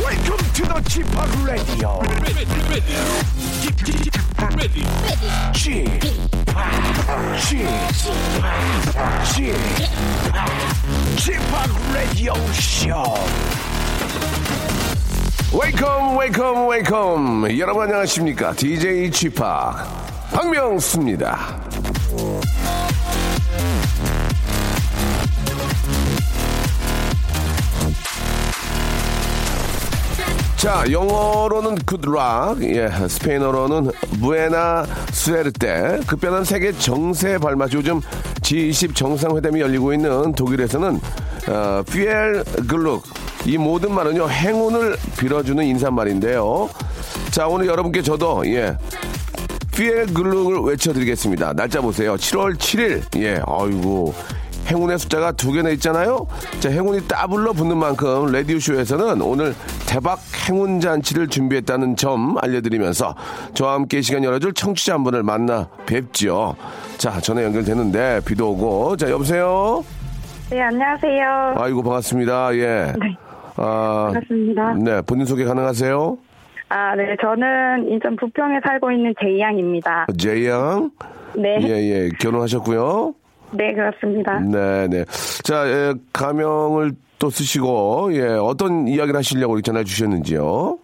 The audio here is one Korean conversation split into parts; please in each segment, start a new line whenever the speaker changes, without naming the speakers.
Welcome to the Chip Radio.
ready, ready, Get, get, get ready.
Chip, Chip, Chip, Chip Radio Show. Welcome, welcome, welcome. 여러분 안녕하십니까? DJ Chip 박명수입니다. 자, 영어로는 good luck, 예, 스페인어로는 부에나 수에르테, 급변한 세계 정세에 발맞춰 요즘 G20 정상회담이 열리고 있는 독일에서는 어, 피엘 글룩, 이 모든 말은요, 행운을 빌어주는 인사말인데요. 자, 오늘 여러분께 저도, 예, 피엘 글룩을 외쳐드리겠습니다. 날짜 보세요. 7월 7일. 예, 아이고. 행운의 숫자가 두 개나 있잖아요. 자, 행운이 따블로 붙는 만큼 라디오쇼에서는 오늘 대박 행운 잔치를 준비했다는 점 알려드리면서 저와 함께 시간 열어줄 청취자 한 분을 만나 뵙죠. 자, 전화 연결되는데 비도 오고. 자, 여보세요?
네, 안녕하세요.
아이고, 반갑습니다. 예.
네.
아,
반갑습니다.
네, 본인 소개 가능하세요?
아, 네, 저는 인천 부평에 살고 있는 제이양입니다.
제이양?
네,
예, 예. 결혼하셨고요.
네, 그렇습니다.
네, 네. 자, 예, 가명을 또 쓰시고, 예, 어떤 이야기를 하시려고 전화 주셨는지요?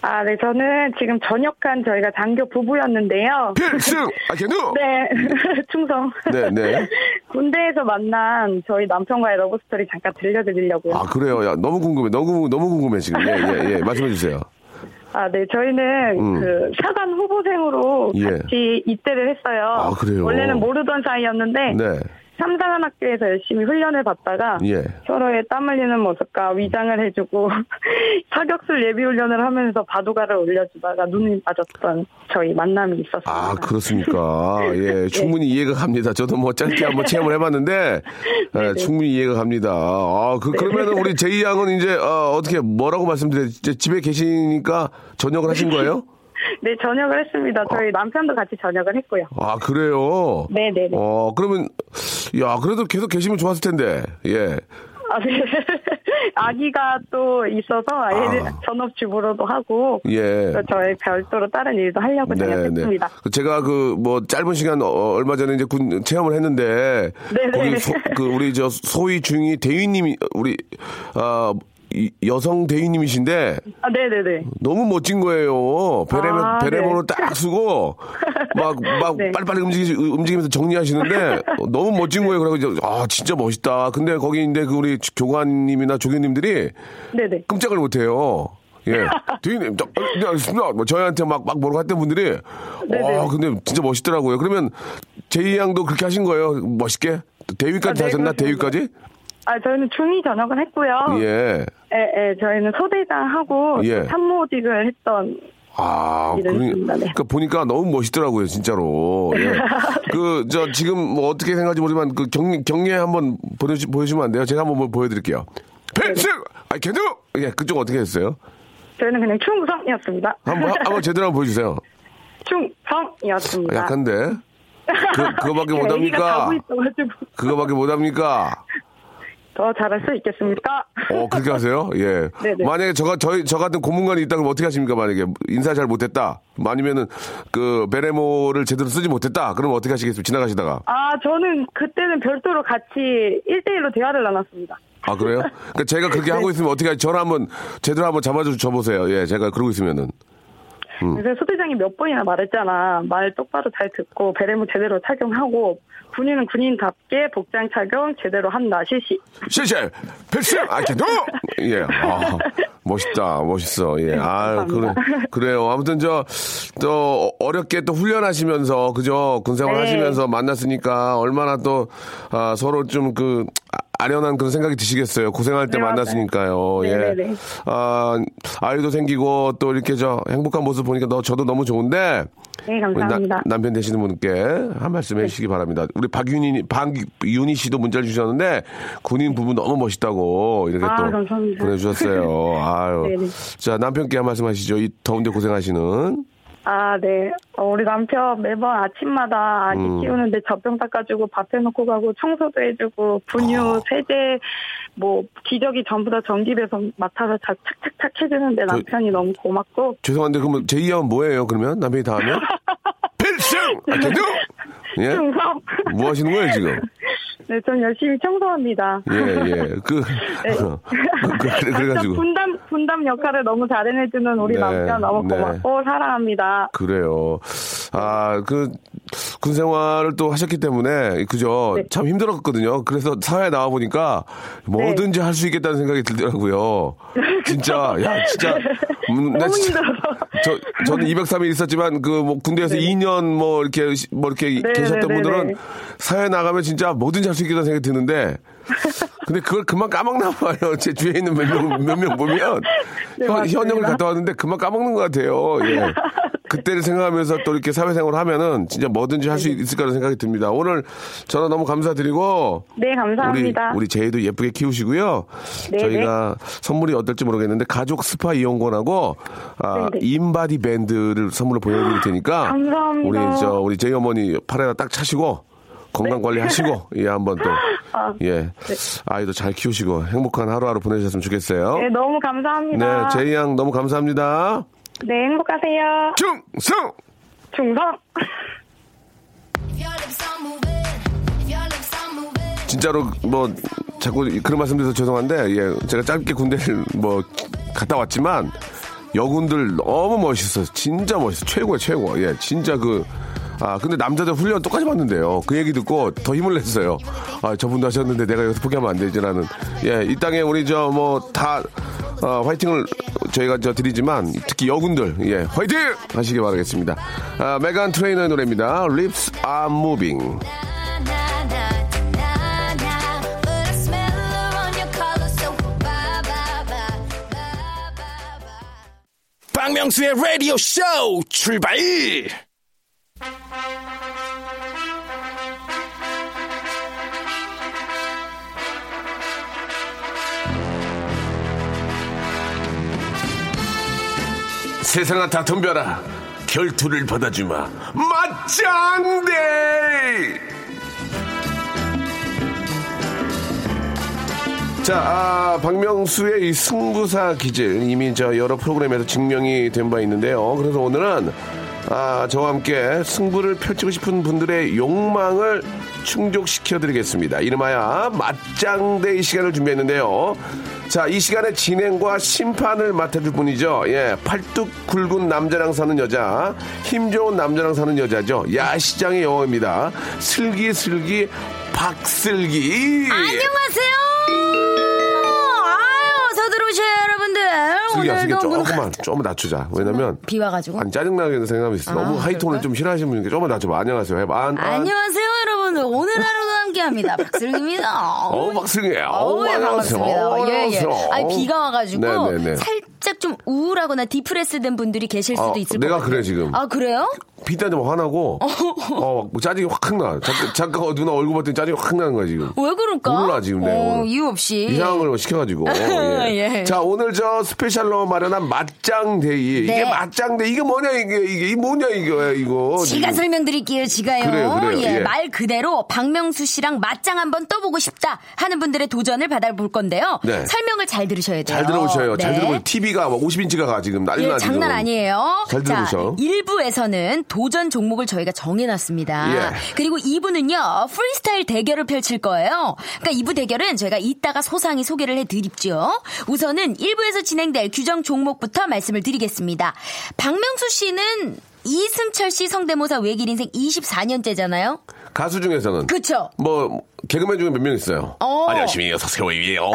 아, 네, 저는 지금 전역한 저희가 장교 부부였는데요.
필승! 아, 걔누!
네, 충성.
네, 네.
군대에서 만난 저희 남편과의 러브스토리 잠깐 들려드리려고요.
아, 그래요. 야, 너무 궁금해. 너무, 너무 궁금해, 지금. 예, 예, 예. 말씀해 주세요.
아, 네, 저희는
음.
그 사관 후보생으로
예.
같이 입대를 했어요.
아, 그래요?
원래는 모르던 사이였는데
네.
삼사관 학교에서 열심히 훈련을 받다가
예.
서로의 땀 흘리는 모습과 위장을 해주고 사격술 예비 훈련을 하면서 바둑알을 올려주다가 눈이 맞았던 저희 만남이 있었습니다.
아, 그렇습니까. 예, 충분히 이해가 갑니다. 저도 뭐 짧게 한번 체험을 해봤는데, 예,
네네. 네.
충분히 이해가 갑니다. 아, 그, 그러면은 우리 제이 양은 이제, 어, 어떻게, 뭐라고 말씀드려요? 이제 집에 계시니까 저녁을 하신 거예요?
네, 전역을 했습니다. 저희 남편도 같이 전역을 했고요.
아, 그래요?
네네네.
어, 그러면, 야, 그래도 계속 계시면 좋았을 텐데, 예.
아, 네. 아기가 또 있어서 아이를
아.
전업주부로도 하고
예.
또 저희 별도로 다른 일도 하려고 전역했습니다.
그 제가 그 뭐 짧은 시간 어, 얼마 전에 이제 군 체험을 했는데
네네.
거기 소, 그 우리 저 소위 중위 대위님이 우리 아 이- 여성 대위님이신데
아, 네네네.
너무 멋진 거예요. 베레모,
아,
베레모로 딱 쓰고, 막, 막,
네.
빨리빨리 움직이, 움직이면서 정리하시는데, 어, 너무 멋진 거예요. 그래고 이제, 아, 진짜 멋있다. 근데 거기 인데 그 우리 교관님이나 조교님들이
네네.
끔짝을 못해요. 예. 뒤에, 저, 어, 알겠습니다. 뭐 저희한테 막, 막 뭐라고 했던 분들이,
네네.
와, 근데 진짜 멋있더라고요. 그러면, 제이 양도 그렇게 하신 거예요. 멋있게? 대위까지
아, 네,
하셨나?
그렇습니다.
대위까지?
아, 저희는 중위 전역을 했고요.
예.
예, 예, 저희는 소대장하고
예.
참모직을 했던
아,
이런
그러니-
생각을 해요.
그러니까 보니까 너무 멋있더라고요, 진짜로. 예. 그, 저, 지금 뭐 어떻게 생각하지 모르지만 그 경, 경례 한번 보여주, 보여주면 안 돼요? 제가 한번 뭐 보여드릴게요. 펜스!
네.
아, 걔도! 예, 그쪽 어떻게 했어요?
저희는 그냥 충성이었습니다.
한번, 한번 제대로 한번 보여주세요.
충성이었습니다.
약한데? 그, 그거밖에
제가 아. 네, 애기가
못합니까?
자고 있어가지고
그거밖에 못합니까?
더 잘할 수 있겠습니까?
어, 그렇게 하세요? 예.
네네.
만약에 저가, 저희, 저 같은 고문관이 있다면 어떻게 하십니까? 만약에 인사 잘 못했다. 아니면은 그 베레모를 제대로 쓰지 못했다. 그러면 어떻게 하시겠어요? 지나가시다가.
아 저는 그때는 별도로 같이 1대1로 대화를 나눴습니다.
아 그래요? 그러니까 제가 그렇게 하고 있으면 어떻게 하지? 전화 한번 제대로 한번 잡아줘 줘 보세요. 예, 제가 그러고 있으면은 음.
그래서 소대장이 몇 번이나 말했잖아. 말 똑바로 잘 듣고 베레모 제대로 착용하고 군인은 군인답게 복장 착용 제대로 한다 실시.
실실 필승 아키도 예, 아, 멋있다, 멋있어.
네,
예, 아 그래 그래요. 아무튼 저 또 어렵게 또 훈련하시면서 그죠 군생활
네.
하시면서 만났으니까 얼마나 또 아, 서로 좀 그 아련한 그런 생각이 드시겠어요. 고생할 때
네, 맞아요.
만났으니까요. 예.
네, 네, 네.
아, 아이도 생기고 또 이렇게 저 행복한 모습 보니까 너, 저도 너무 좋은데
네
우리
감사합니다. 네.
나- 남편 되시는 분께 한 말씀 해주시기 바랍니다. 우리 박윤희, 박윤희 씨도 문자를 주셨는데 군인 부부 너무 멋있다고 이렇게
아,
또
감사합니다.
보내주셨어요. 아유.
네네.
자 남편께 한 말씀 하시죠. 이 더운데 고생하시는.
아, 네. 어, 우리 남편 매번 아침마다 아기
음.
키우는데 젖병 닦아주고 밥 해놓고 가고 청소도 해주고 분유,
아.
세제, 뭐 기저귀 전부 다 전기배송 맡아서 자- 착착착
그
해주는데 남편이 너무 고맙고
죄송한데 그러면 제2야은 뭐예요? 그러면 남편이 다 하면 필승 아껴줘. 예?
충성.
뭐 하시는 거예요 지금?
네, 전 열심히 청소합니다.
예, 예. 그,
네.
그, 그, 그래,
각자
그래가지고.
분담 분담 역할을 너무 잘 해내주는 우리
네,
남편 너무
네.
고맙고 사랑합니다.
그래요. 아, 그, 군 생활을 또 하셨기 때문에, 그죠?
네.
참 힘들었거든요. 그래서 사회에 나와보니까
네.
뭐든지 할 수 있겠다는 생각이 들더라고요. 진짜, 야, 진짜. 음, 나
너무
진짜-
힘들어서.
저, 저는 203일 있었지만, 그, 뭐, 군대에서
네.
2년 뭐, 이렇게, 시- 뭐, 이렇게
네,
계셨던
네, 네,
분들은
네.
사회 나가면 진짜 뭐든지 할 수 있겠다는 생각이 드는데, 근데 그걸 그만 까먹나 봐요. 제 주위에 있는 몇 명, 몇 명 보면.
네,
현,
맞습니다. 네.
현역을 갔다 왔는데 그만 까먹는 것 같아요. 예. 그때를 생각하면서 또 이렇게 사회생활을 하면은 진짜 뭐든지
네.
할 수 있을 거라는 생각이 듭니다. 오늘 전화 너무 감사드리고,
네, 감사합니다.
우리 우리 제이도 예쁘게 키우시고요.
네,
저희가 선물이 어떨지 모르겠는데 가족 스파 이용권하고 아,
네, 네.
인바디 밴드를 선물로 보내드릴 테니까
감사합니다.
우리 저 우리 제이 어머니 팔에다 딱 차시고 건강 관리 하시고 예 한번
네. 아,
또 예 아이도 잘 키우시고 행복한 하루하루 보내셨으면 좋겠어요.
네, 너무
네,
감사합니다.
제이 양 너무 감사합니다.
네, 행복하세요.
충성.
충성.
If your lips are moving, if your lips are moving.
진짜로 뭐 자꾸 그런 말씀드려서 죄송한데 예 제가 짧게 군대를 뭐 갔다 왔지만 여군들 너무 멋있어 진짜 멋있어 최고야 최고 예 진짜 그 아 근데 남자들 훈련 똑같이 받는데요 그 얘기 듣고 더 힘을 냈어요 아 저분도 하셨는데 내가 여기서 포기하면 안 되지라는 예 이 땅에 우리 저 뭐 다 아, 화이팅을 저희가 저 드리지만 특히 여군들 예 화이팅 하시기 바라겠습니다 아 메간 트레이너의 노래입니다 Lips Are Moving
Na, na, na, na, na. But I smell her on your collar, so bye, bye, bye, bye, bye, bye.
박명수의 라디오 쇼 출발
세상아 다 덤벼라 결투를 받아주마 맞짱대 자, 아, 박명수의 이 승부사 기질 이미 저 여러 프로그램에서 증명이 된 바 있는데요. 그래서 오늘은 아, 저와 함께 승부를 펼치고 싶은 분들의 욕망을 충족시켜 드리겠습니다. 이름하여 맞짱대 이 시간을 준비했는데요. 자, 이 시간의 진행과 심판을 맡아줄 분이죠. 예, 팔뚝 굵은 남자랑 사는 여자, 힘 좋은 남자랑 사는 여자죠. 야시장의 영어입니다. 슬기슬기 박슬기.
안녕하세요. 아유, 서 들어오셔요, 여러분들.
슬기 어, 야 슬기
오늘도 문-
조금만 조금 아, 낮추자. 왜냐면
비 와가지고.
아니 짜증나게 생각하면 있어. 너무 하이톤을 좀 싫어하시는 분이니까 조금만 낮춰봐. 안녕하세요. 해봐. 안, 안.
안녕하세요, 여러분들. 오늘 하루도 함께합니다. 박슬기입니다.
어우 박승희예요.
어우, 예, 반갑습니다. 예, 예. 아니, 비가 와가지고
네네네.
살짝 좀 우울하거나 디프레스된 분들이 계실
아,
수도 있을
내가
것 같아요.
그래, 지금.
아, 그래요?
비 때문에 뭐 화나고 어막 뭐 짜증이 확 나. 잠깐, 잠깐 어, 누나 얼굴 봤더니 짜증이 확 나는 거야 지금.
왜 그럴까?
몰라, 지금 내가
어,
오늘.
이유 없이.
이상한 걸 시켜가지고. 예.
예.
자, 오늘 저 스페셜로 마련한 맞짱데이.
네.
이게 맞짱데이. 이게 뭐냐, 이게, 이게, 이 뭐냐, 이거, 이거.
지가
지금.
설명드릴게요, 지가요.
그래요, 그래요.
예,
예.
말 그대로 박명수 씨랑 맞짱 한번 떠보고 싶다 하는 분들의 도전을 받아볼 건데요.
네.
설명을 잘 들으셔야 돼요.
잘 들어보셔요. 잘
네.
들어보세요. TV가 뭐 50인치가 가 지금 난리
예,
나죠.
장난 아니에요.
잘 들어보셔.
자, 1부에서는 도전 종목을 저희가 정해놨습니다.
예.
그리고 2부는요, 프리스타일 대결을 펼칠 거예요. 그러니까 2부 대결은 저희가 이따가 소상히 소개를 해드립죠. 우선은 1부에서 진행될 규정 종목부터 말씀을 드리겠습니다. 박명수 씨는 이승철 씨 성대모사 외길 인생 24년째잖아요.
가수 중에서는
그쵸?
뭐 개그맨 중에 몇 명 있어요.
어.
안녕하십니까 서세호이에요.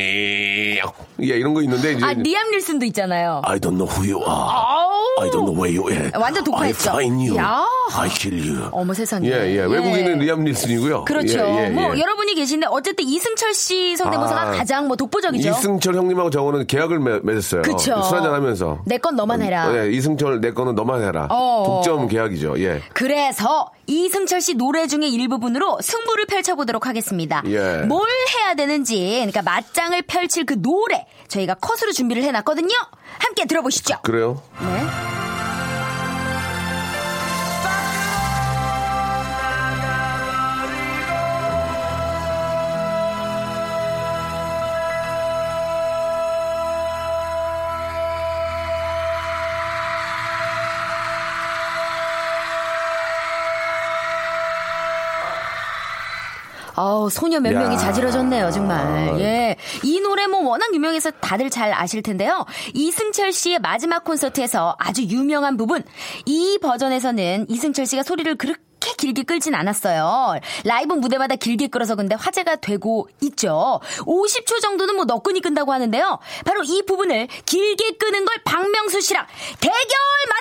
반갑습니다. 예 이런 거 있는데 이제
아, 리암 닐슨도 있잖아요.
I don't know who you are.
아우.
I don't know where you are.
완전 독파했죠.
I find you.
야.
I kill you.
어머 세상에.
예예 외국인은
예.
리암 닐슨이고요.
그렇죠.
예, 예,
뭐
예.
여러분이 계신데 어쨌든 이승철 씨 성대모사가
아,
가장 뭐 독보적이죠.
이승철 형님하고 저거는 계약을 맺- 맺었어요.
그쵸.
술한잔 하면서.
내 건 너만 해라.
예, 이승철 내 거는 너만 해라.
어.
독점 계약이죠. 예.
그래서 이승철 씨 노래 중의 일부분으로 승부를 펼쳐보도록 하겠습니다.
예.
뭘 해야 되는지, 그러니까 맞짱을 펼칠 그 노래
아, 그-
저희가 컷으로 준비를 해놨거든요. 함께 들어보시죠.
그래요?
네. 소녀 몇
야.
명이 자지러졌네요, 정말. 예. 이 노래 뭐 워낙 유명해서 다들 잘 아실 텐데요. 이승철 씨의 마지막 콘서트에서 아주 유명한 부분. 이 버전에서는 이승철 씨가 소리를 그렇게 길게 끌진 않았어요. 라이브 무대마다 길게 끌어서 근데 화제가 되고 있죠. 50초 정도는 뭐 너끈히 끈다고 하는데요. 바로 이 부분을 길게 끄는 걸 박명수 씨랑 대결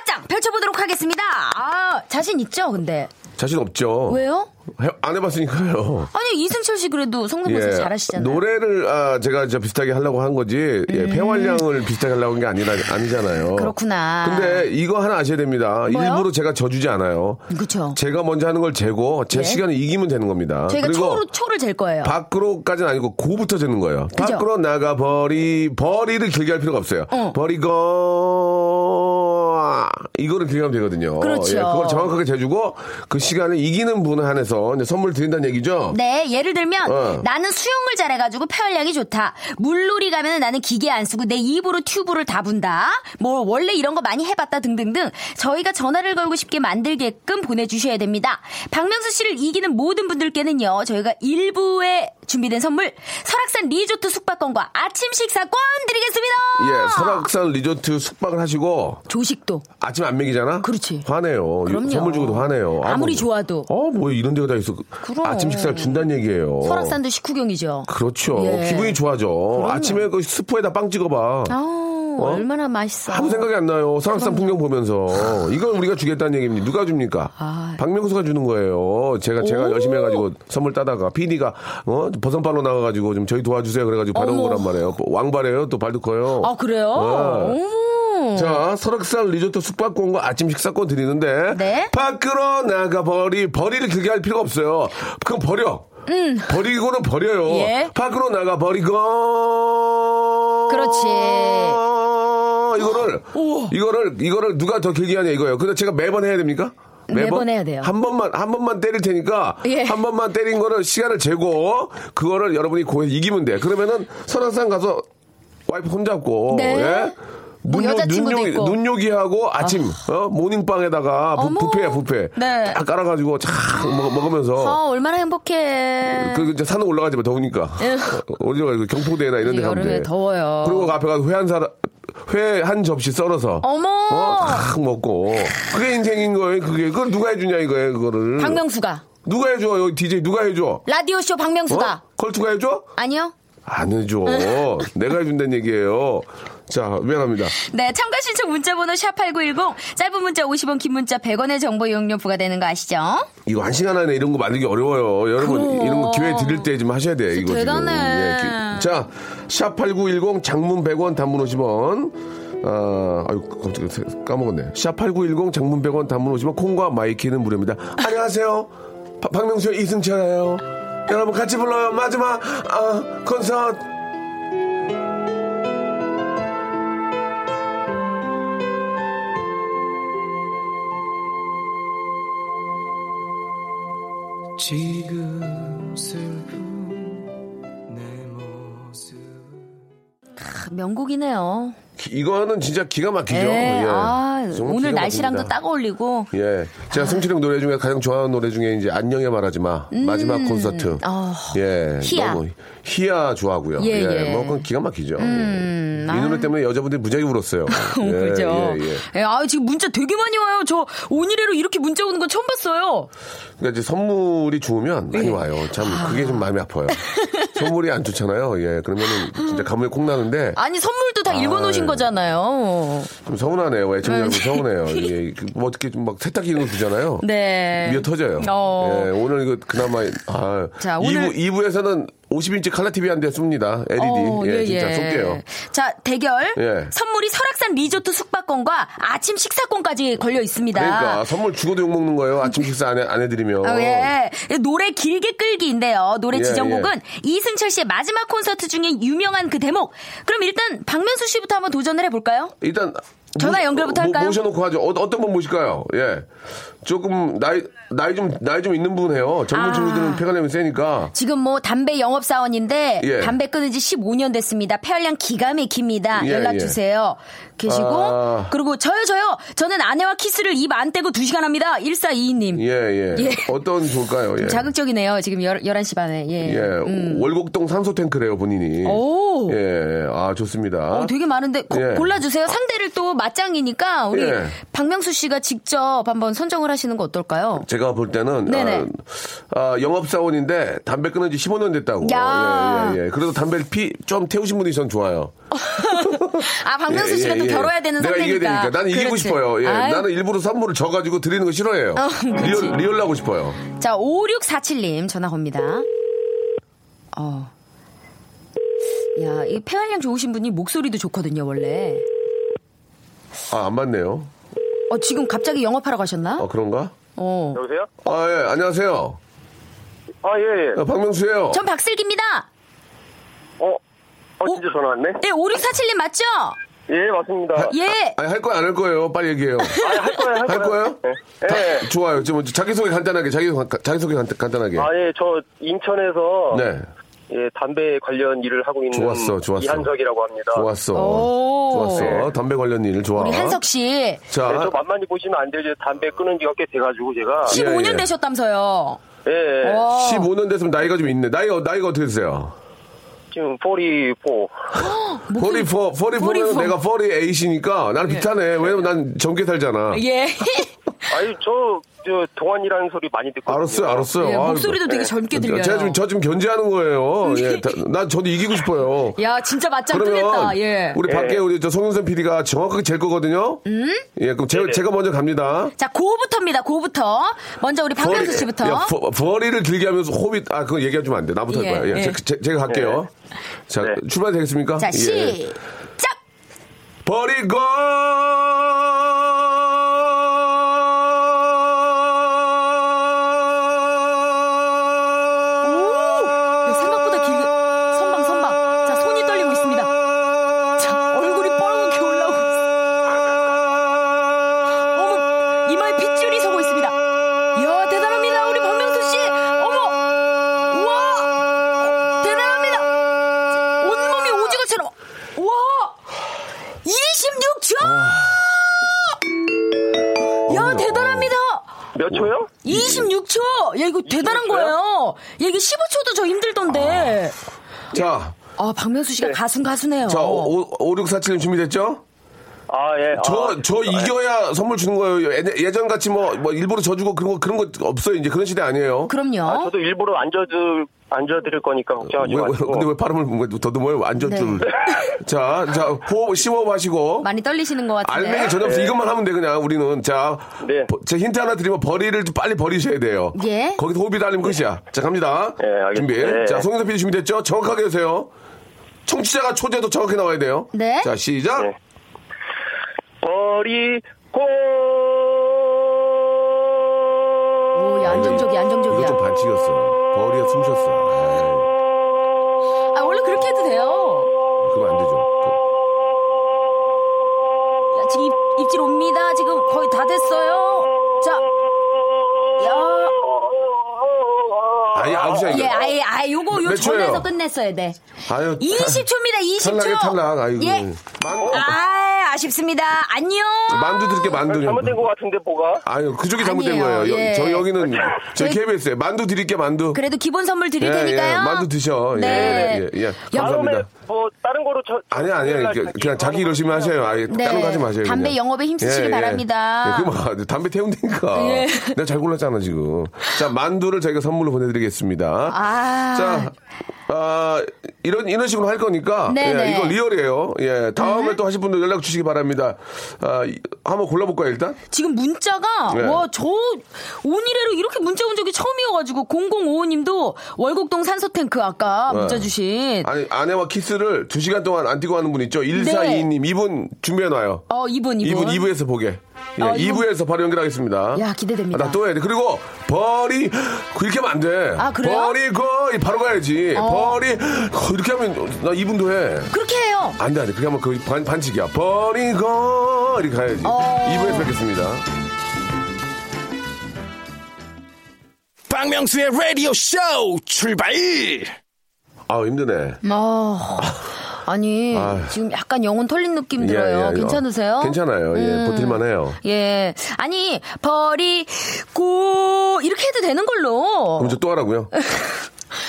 맞짱 펼쳐보도록 하겠습니다. 아, 자신 있죠, 근데?
자신 없죠.
왜요?
해- 안 해봤으니까요.
아니 이승철 씨 그래도 성대모사 잘하시잖아요.
예.
음.
노래를 아, 제가 저 비슷하게 하려고 한 거지 예, 폐활량을 비슷하게 하려고 한 게 아니라 아니잖아요.
그렇구나.
근데 이거 하나 아셔야 됩니다. 일부러 제가 져주지 않아요.
그쵸.
제가 먼저 하는 걸 재고 제
네.
시간을 이기면 되는 겁니다.
저희가
그리고
초로 초를 잴 거예요.
밖으로까지는 아니고 고부터 재는 거예요. 밖으로 나가 버리 버리를 길게 할 필요가 없어요.
어.
버리고 아, 이거를 길게 하면 되거든요. 예,
그렇죠.
그걸 정확하게 재주고 그 시간을 이기는 분에 한해서 이제 선물 드린다는 얘기죠.
네, 예를 들면
어.
나는 수영을 잘해가지고 폐활량이 좋다. 물놀이 가면 나는 기계 안 쓰고 내 입으로 튜브를 다 분다. 뭐 원래 이런 거 많이 해봤다 등등등 저희가 전화를 걸고 싶게 만들게끔 보내주셔야 됩니다. 박명수 씨를 이기는 모든 분들께는요 저희가 일부에 준비된 선물 설악산 리조트 숙박권과 아침 식사권 드리겠습니다.
예, 설악산 리조트 숙박을 하시고
조식도
아침 안 먹이잖아?
그렇지.
화내요.
그럼요.
선물 주고도 화내요. 아,
아무리
뭐,
좋아도.
어, 뭐 이런 데가 다 있어.
그럼.
아침 식사를 준다는 얘기예요.
설악산도 식후경이죠.
그렇죠.
예.
기분이 좋아져. 아침에 그 스프에다 빵 찍어봐.
아우 얼마나 맛있어.
아무 생각이 안 나요. 설악산 풍경 보면서. 이걸 우리가 주겠다는 얘기입니다. 누가 줍니까?
아.
박명수가 주는 거예요. 제가, 제가
오.
열심히 해가지고 선물 따다가 PD가, 어? 버선발로 나가가지고 좀 저희 도와주세요. 그래가지고 받아온
어머.
거란 말이에요. 왕발이에요. 또 발도 커요.
아 그래요?
네.
어머.
자, 설악산 리조트 숙박권과 아침 식사권 드리는데
네.
밖으로 나가 버리 버리를 길게 할 필요가 없어요. 그럼 버려. 버리고는 버려요.
음. 예.
밖으로 나가 버리고.
그렇지.
이거를 이거를 이거를 누가 더 길게 하냐 이거예요. 근데 제가 매번 해야 됩니까?
매번 해야 돼요.
한 번만 한 번만 때릴 테니까
예.
한 번만 때린 거를 시간을 재고 그거를 여러분이 고 이기면 돼. 그러면은 설악산 가서 와이프 혼잡고
네.
예?
뭐
눈요-
여자친구도
눈요기-
있고.
눈요기하고 아침 어, 모닝빵에다가 부,
어머.
뷔페 부페
네.
다 깔아가지고 쫙 먹, 먹으면서
아, 얼마나 행복해.
그 이제 산에 올라가지 마 더우니까 어디 가고 그 경포대나 이런 데 가면
예. 여름에
돼.
더워요.
그리고 앞에 가서 회한 사람 회한 접시 썰어서
어머.
어, 탁 먹고 그게 인생인 거예요. 그게 그걸 누가 해주냐 이거예요. 그거를
박명수가
누가 해줘 여기 DJ 누가 해줘?
라디오 쇼 박명수가
어? 컬투가 해줘?
아니요.
안 해줘. 내가 해준다는 얘기예요. 자 미안합니다.
네, 참가 신청 문자 번호 샵8910 짧은 문자 50원 긴 문자 100원의 정보 이용료 부과되는 거 아시죠?
이거 한 시간 안에 이런 거 만들기 어려워요. 여러분
그럼.
이런 거 기회 드릴 때 좀 하셔야 돼요. 예, 이거
대단해.
지금. 예, 기- 자, 샵8910 장문 100원 단문 50원. 아, 아유, 갑자기 까먹었네. 샵8910 장문 100원 단문 50원 콩과 마이키는 무료입니다. 안녕하세요. 박- 박명수의 이승철이에요. 여러분 같이 불러요. 마지막 아, 콘서트.
지금 슬픈 내 모습
크, 명곡이네요.
기- 이거는 진짜 기가 막히죠.
네,
예.
아,
정말
오늘
기가
날씨랑도
막힙니다.
딱 어울리고.
예. 제가 승철 형 노래 중에 가장 좋아하는 노래 중에 이제 안녕에 말하지 마. 마지막 콘서트.
어,
예.
음. 희야.
너무 희야 좋아하고요.
예, 음, 아.
예.
예.
뭐 그건 기가 막히죠. 예. 이 노래 때문에 여자분들이 무지하게 울었어요. 예,
그죠?
예, 예.
예, 아, 지금 문자 되게 많이 와요. 저 온이래로 이렇게 문자 오는 건 처음 봤어요.
그러니까 이제 선물이 좋으면
네.
많이 와요. 참 그게 좀 마음이 아파요. 선물이 안 좋잖아요. 예. 그러면은 진짜 가뭄에 콩 나는데
아니, 선물도 다 읽어 놓으신
예.
거잖아요.
좀 서운하네요. 애청자
아,
여러분 서운해요. 예. 그뭐 어떻게 좀 막 세탁기 이런 거 주잖아요.
네.
미어 터져요.
어.
예, 오늘 이거 그나마 아,
자, 오늘-
2부, 2부에서는 50인치 칼라 TV 한 대 씁니다. LED.
어,
예, 진짜 쏠게요.
자, 대결.
예.
선물이 설악산 리조트 숙박권과 아침 식사권까지 걸려 있습니다.
그러니까 선물 주고도 욕 먹는 거예요. 아침 식사 안, 해, 안 해드리면.
아, 예. 노래 길게 끌기인데요. 노래
예,
지정곡은
예.
이승철 씨의 마지막 콘서트 중에 유명한 그 대목. 그럼 일단 박명수 씨부터 한번 도전을 해볼까요?
일단
전화
모시-
연결부터
모-
할까요?
모셔놓고 하죠. 어, 어떤 분 모실까요? 예, 조금 나이 나이 좀 나이 좀 있는 분 해요. 젊은
아.
친구들은 폐가량이 세니까.
지금 뭐 담배 영업 사원인데
예.
담배 끊은 지 15년 됐습니다. 폐활량 기가 막힙니다.
예,
연락
예.
주세요. 계시고
아.
그리고 저요 저요 저는 아내와 키스를 입 안 떼고 2시간 합니다. 1422님.
예, 예.
예.
어떤 좋을까요? 예.
자극적이네요. 지금 열, 11시 반에. 예.
예.
음.
월곡동 산소 탱크래요, 본인이.
오.
예, 예. 아, 좋습니다.
어, 되게 많은데 고-
예.
골라주세요. 상대를 또 맞짱이니까 우리
예.
박명수 씨가 직접 한번 선정을 하시는 거 어떨까요?
제가 볼 때는
네네.
아, 아, 영업사원인데 담배 끊은 지 15년 됐다고.
야.
예, 예, 예. 그래서 담배를 피 좀 태우신 분이 전 좋아요.
아 박명수 씨가 또 결혼해야 되는
예, 내가 이겨야
상대니까.
되니까. 나는 이기고
그렇지.
싶어요. 예.
아유.
나는 일부러 선물을 져가지고 드리는 거 싫어해요.
어, 그렇지.
리얼, 리얼 나고 싶어요.
자, 5647님 전화 겁니다. 어. 야, 이 폐활량 좋으신 분이 목소리도 좋거든요, 원래.
아, 안 맞네요.
어, 지금 갑자기 영업하러 가셨나?
어, 그런가?
어.
여보세요?
아, 예. 안녕하세요.
아, 예, 예.
아, 박명수예요
전 박슬기입니다.
어, 어, 진짜 전화 왔네?
예, 5647님 맞죠?
예, 맞습니다.
예.
아니, 할 거야, 안 할 거예요? 빨리 얘기해요.
아, 할 거예요, 할
할
거예요.
거예요?
예. 예.
다- 좋아요. 지금 자기소개 간단하게, 자기, 자기소개 간- 간단하게.
아, 예, 저 인천에서
네.
예, 담배 관련 일을 하고 있는
좋았어, 좋았어.
이한석이라고 합니다.
좋았어.
오.
좋았어. 담배 관련 일 좋아.
우리 한석 씨
네,
자,
저 만만히 보시면 안 돼요. 이제 담배 끊은 지가 꽤 돼가지고 제가.
예,
15년
예.
되셨다면서요.
예, 예.
어.
15년 됐으면 나이가 좀 있네. 나이, 어- 나이가 어떻게 되세요?
지금 44.
44, 44면
44.
내가 48이니까 나는 비슷하네. 왜냐면 난 젊게 살잖아.
예.
아니, 저, 저 동안이라는 소리 많이 듣고.
알았어요, 알았어요.
예,
아,
목소리도 되게 젊게 들려요.
제가 지금, 저 지금 견제하는 거예요. 예, 다- 난 저도 이기고 싶어요.
야, 진짜 맞짱
그러면
뜨겠다. 예.
우리 밖에
예.
우리 저 송윤선 PD가 정확하게 잴 거거든요. 음? 예, 그럼 제가,
네네.
제가 먼저 갑니다.
자, 고부터입니다. 고부터. 먼저 우리 박명수 씨부터.
야, 버- 버리를 길게 하면서 호빗 아 그거 얘기하면 안 돼. 나부터
예,
할 거야. 예,
예.
제, 가 할게요. 자
네.
출발 되겠습니까?
자,
예.
시작.
버리고
야, 네, 생각보다 길게 선방 선방. 자 손이 떨리고 있습니다. 자 얼굴이 뻘겋게 올라오고 있어. 어머 이마에 핏줄이 서고 있습니다. 이야 아, 대단합니다 우리 박명수 씨. 어머 우와 어, 대단합니다. 온몸이 오징어처럼. 우와 26초. 야 대단합니다.
몇 초요?
26초! 야, 이거 대단한 거예요! 야, 이게 15초도 저 힘들던데.
자,
아, 박명수 씨가 가순 가수네요.
자, 오, 5647님 준비됐죠?
아, 예.
저,
아,
저 이겨야 선물 주는 거예요. 예, 전 같이 뭐, 뭐, 일부러 져주고 그런 거, 그런 거 없어요. 이제 그런 시대 아니에요.
그럼요.
아, 저도 일부러 앉아줄, 앉아드릴 거니까 걱정하지
왜, 왜,
마시고.
근데 왜 발음을 왜 더듬어요? 안전줄. 자, 자, 호흡, 심호흡 하시고.
많이 떨리시는 것 같은데.
알맹이 전혀 없어. 이것만 하면 돼, 그냥, 우리는. 자,
네.
버- 제 힌트 하나 드리면 버리를 좀 빨리 버리셔야 돼요.
예.
거기서 호흡이 달리면 끝이야. 자, 갑니다.
예, 네.
준비.
알겠습니다. 예.
자, 송영선 PD 준비됐죠? 정확하게 해주세요. 청취자가 초재도 정확히 나와야 돼요.
네.
자, 시작.
네. 버리고.
오, 야, 아,
이거
안정적이야, 안정적이야.
좀 반칙이었어. 버리에 숨 쉬었어.
아, 원래 그렇게 해도 돼요.
에이, 그러면 안 되죠.
야, 지금 입, 입질 옵니다. 지금 거의 다 됐어요. 자. 야.
그, 아예 아웃이야, 이거.
예, 아예, 아예, 요거, 요
몇 초예요?
전에서 끝냈어야 돼.
아유,
20초입니다, 20초.
탈락이 탈락. 아이고.
예.
만두,
아, 아쉽습니다. 안녕.
만두 드릴게, 만두.
아, 잘못된 것 같은데, 뭐가?
아유, 그쪽이 잘못된
아니에요,
거예요. 여-
예.
저 여기는 저희
저희-
KBS에 만두 드릴게, 만두.
그래도 기본 선물 드릴
예,
테니까요.
예, 만두 드셔. 예,
네.
예, 예, 예.
다음에
감사합니다.
뭐, 다른 거로 저.
아니 아니 아니
그-
그냥 자기 이러시면 하세요. 아예
네.
다른 거 하지 마세요.
담배
그냥.
영업에 힘쓰시길 바랍니다.
예, 그만 담배 태운다니까.
예.
내가 잘 골랐잖아 지금. 자 만두를 저희가 선물로 보내드리겠습니다.
아.
자 아, 이런 이런 식으로 할 거니까
네네. 네.
예, 이거 리얼이에요. 예 다음에 또 하실 분들 연락 주시기 바랍니다. 아, 이- 한번 골라볼까요 일단?
지금 문자가
네.
와 저 온이래로 이렇게 문자 온 적이 처음이어가지고 0055님도 월곡동 산소탱크 아까 문자
네.
주신
아니 아내와 키스를 두 시간 동안 안 뛰고 하는 분 있죠.
네.
1422님 이분 준비해놔요.
어 이분
이분
이분
2부에서 보게. 예,
어, 이분-
2부에서 바로 연결하겠습니다.
야, 기대됩니다.
아, 나또 해야 돼. 그리고 버리 이렇게 하면 안 돼.
아, 그래요? 어.
버리고 바로 가야지. 버리 이렇게 하면 나 이분도 해.
그렇게 해요.
안 돼, 안 돼. 그렇게 하면 그 반, 반칙이야. 버리고 이렇게 가야지.
어.
2부에서 뵙겠습니다.
박명수의 라디오 쇼 출발!
아 힘드네.
어, 아니 지금 약간 영혼 털린 느낌
예,
들어요.
예.
괜찮으세요? 음.
괜찮아요. 예, 버틸만해요.
예, 아니 버리고 이렇게 해도 되는 걸로.
그럼 저 또 하라고요?
어.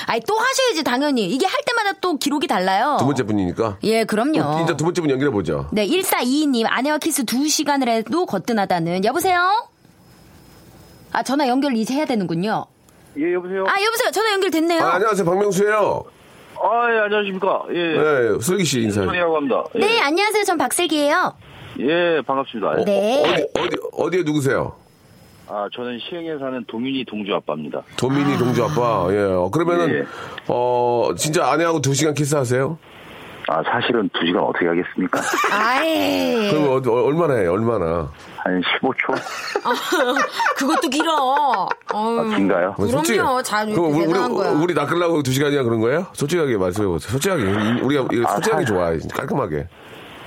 아니 또 하셔야지 당연히 이게 할 때마다 또 기록이 달라요.
두 번째 분이니까. 어,
예, 그럼요.
이제 두 번째 분 연결해 보죠.
네, 1422님, 아내와 키스 두시간을 해도 거뜬하다는. 여보세요? 아, 전화 연결 이제 해야 되는군요.
예, 여보세요?
아, 여보세요? 전화 연결됐네요.
아, 안녕하세요, 박명수예요.
아, 예, 안녕하십니까. 예.
네, 슬기 씨 인사.
소리하고 합니다. 예.
네, 안녕하세요. 전 박슬기예요.
예, 반갑습니다. 예.
네.
어디 어디 어디에 누구세요?
아, 저는 시흥에 사는 동윤이 동주 아빠입니다.
도민이 동주 아빠. 예. 어, 그러면은
예.
어 진짜 아내하고 두 시간 키스하세요?
아, 사실은 두 시간 어떻게 하겠습니까?
아이.
그럼 어디- 어, 얼마나 해요? 얼마나?
한 15초?
그것도 길어.
아,
어휴.
긴가요?
뭐 솔직히-
그럼요, 자,
그럼 우리
대단한 거야.
우리 우리 낚으려고 두 시간이야 그런 거예요? 솔직하게 말씀해 보세요. 솔직하게 이- 우리가 이거
아,
솔직하게
사-
좋아 깔끔하게.
예,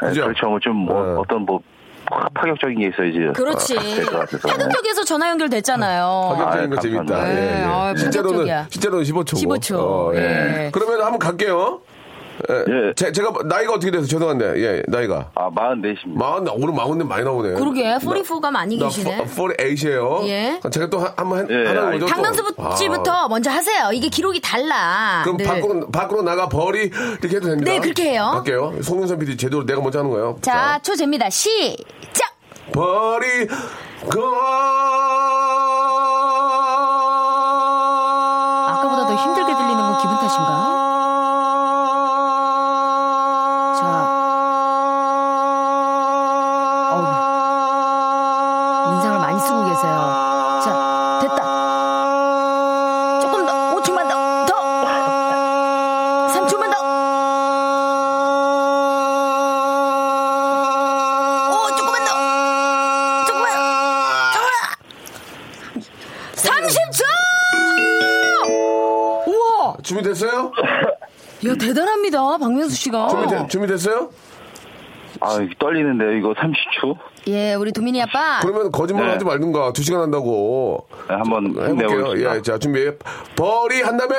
그죠?
그렇죠. 뭐좀 뭐,
어.
어떤 뭐, 파격적인 게 있어야지.
그렇지.
아, 될것 같아서.
파격적이에서 전화 어. 연결됐잖아요.
파격적인
아,
거 재밌다.
감사합니다.
네,
예, 예.
아,
실제로는
파격적이야.
실제로는 15초고. 어,
15초. 예.
그러면 한번 갈게요. 예.
예.
제, 가 나이가 어떻게 돼서 죄송한데 예 나이가
아, 44입니다.
마흔 오늘 마흔 많이 나오네.
그러게,
나-
44가 많이
나 아,
계시네.
48이에요.
예.
제가 또 한- 한번
예,
하는 거죠. 또.
박명수
아.
씨부터 먼저 하세요. 이게 기록이 달라.
그럼
늘.
밖으로, 밖으로 나가 버리 이렇게 해도 됩니다.
네, 그렇게 해요.
할게요. 송윤선 PD 제대로 내가 먼저 하는 거예요.
자, 초재입니다. 시작!
버리 거
아까보다 더 힘들게 들리는 건 기분 탓인가? 자. 어우. 인상을 많이 쓰고 계세요. 자, 됐다. 조금 더, 5초만 더, 더! 3초만 더! 오, 조금만 더! 조금만! 조금만! 30초! 우와!
준비됐어요?
야, 대단합니다, 박명수 씨가.
준비되, 준비됐어요?
아, 이거 떨리는데요, 이거 30초?
예, 우리 도민이 아빠.
그러면 거짓말
네.
하지 말든가. 두 시간 한다고.
네, 한번
해볼게요.
힘내보겠습니다.
예, 자, 준비. 버리 한 다음에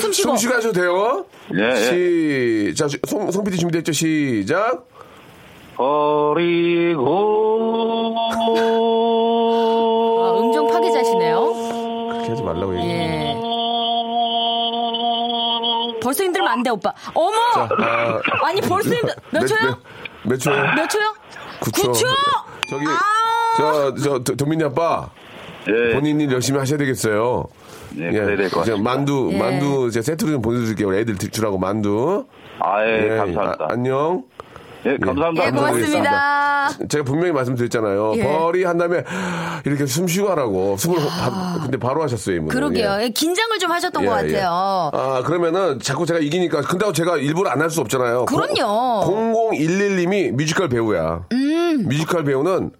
숨
숨 쉬고.
쉬고 하셔도 돼요.
예,
시, 자, 송, 송 PD 준비됐죠? 시작.
버리고.
아, 음정 파괴자시네요.
그렇게 하지 말라고 얘기.
예. 벌써 힘들면 안 돼, 오빠. 어머!
아,
아니, 벌써 힘들, 몇 초요? 네.
몇, 몇 초요?
몇 초요?
네, 구 초.
구 초!
저기, 저,
아우!
저, 도- 도민이 아빠.
예.
본인 일 열심히 하셔야 되겠어요.
네, 그래야 될것
예. 이제
같습니다.
만두,
예.
만두, 제 세트로 좀 보내드릴게요. 우리 애들 주라고 만두.
아, 예,
예,
감사합니다.
아, 안녕.
예, 감사합니다.
예, 고맙습니다.
제가 분명히 말씀드렸잖아요.
예.
벌이 한 다음에 이렇게 숨 쉬고 하라고. 숨을, 하- 근데 바로 하셨어요, 이분.
그러게요. 예, 긴장을 좀 하셨던 것 같아요.
아, 그러면은 자꾸 제가 이기니까. 근데 제가 일부러 안 할 수 없잖아요.
그럼요. 음.
0011님이 뮤지컬 배우야. 뮤지컬 배우는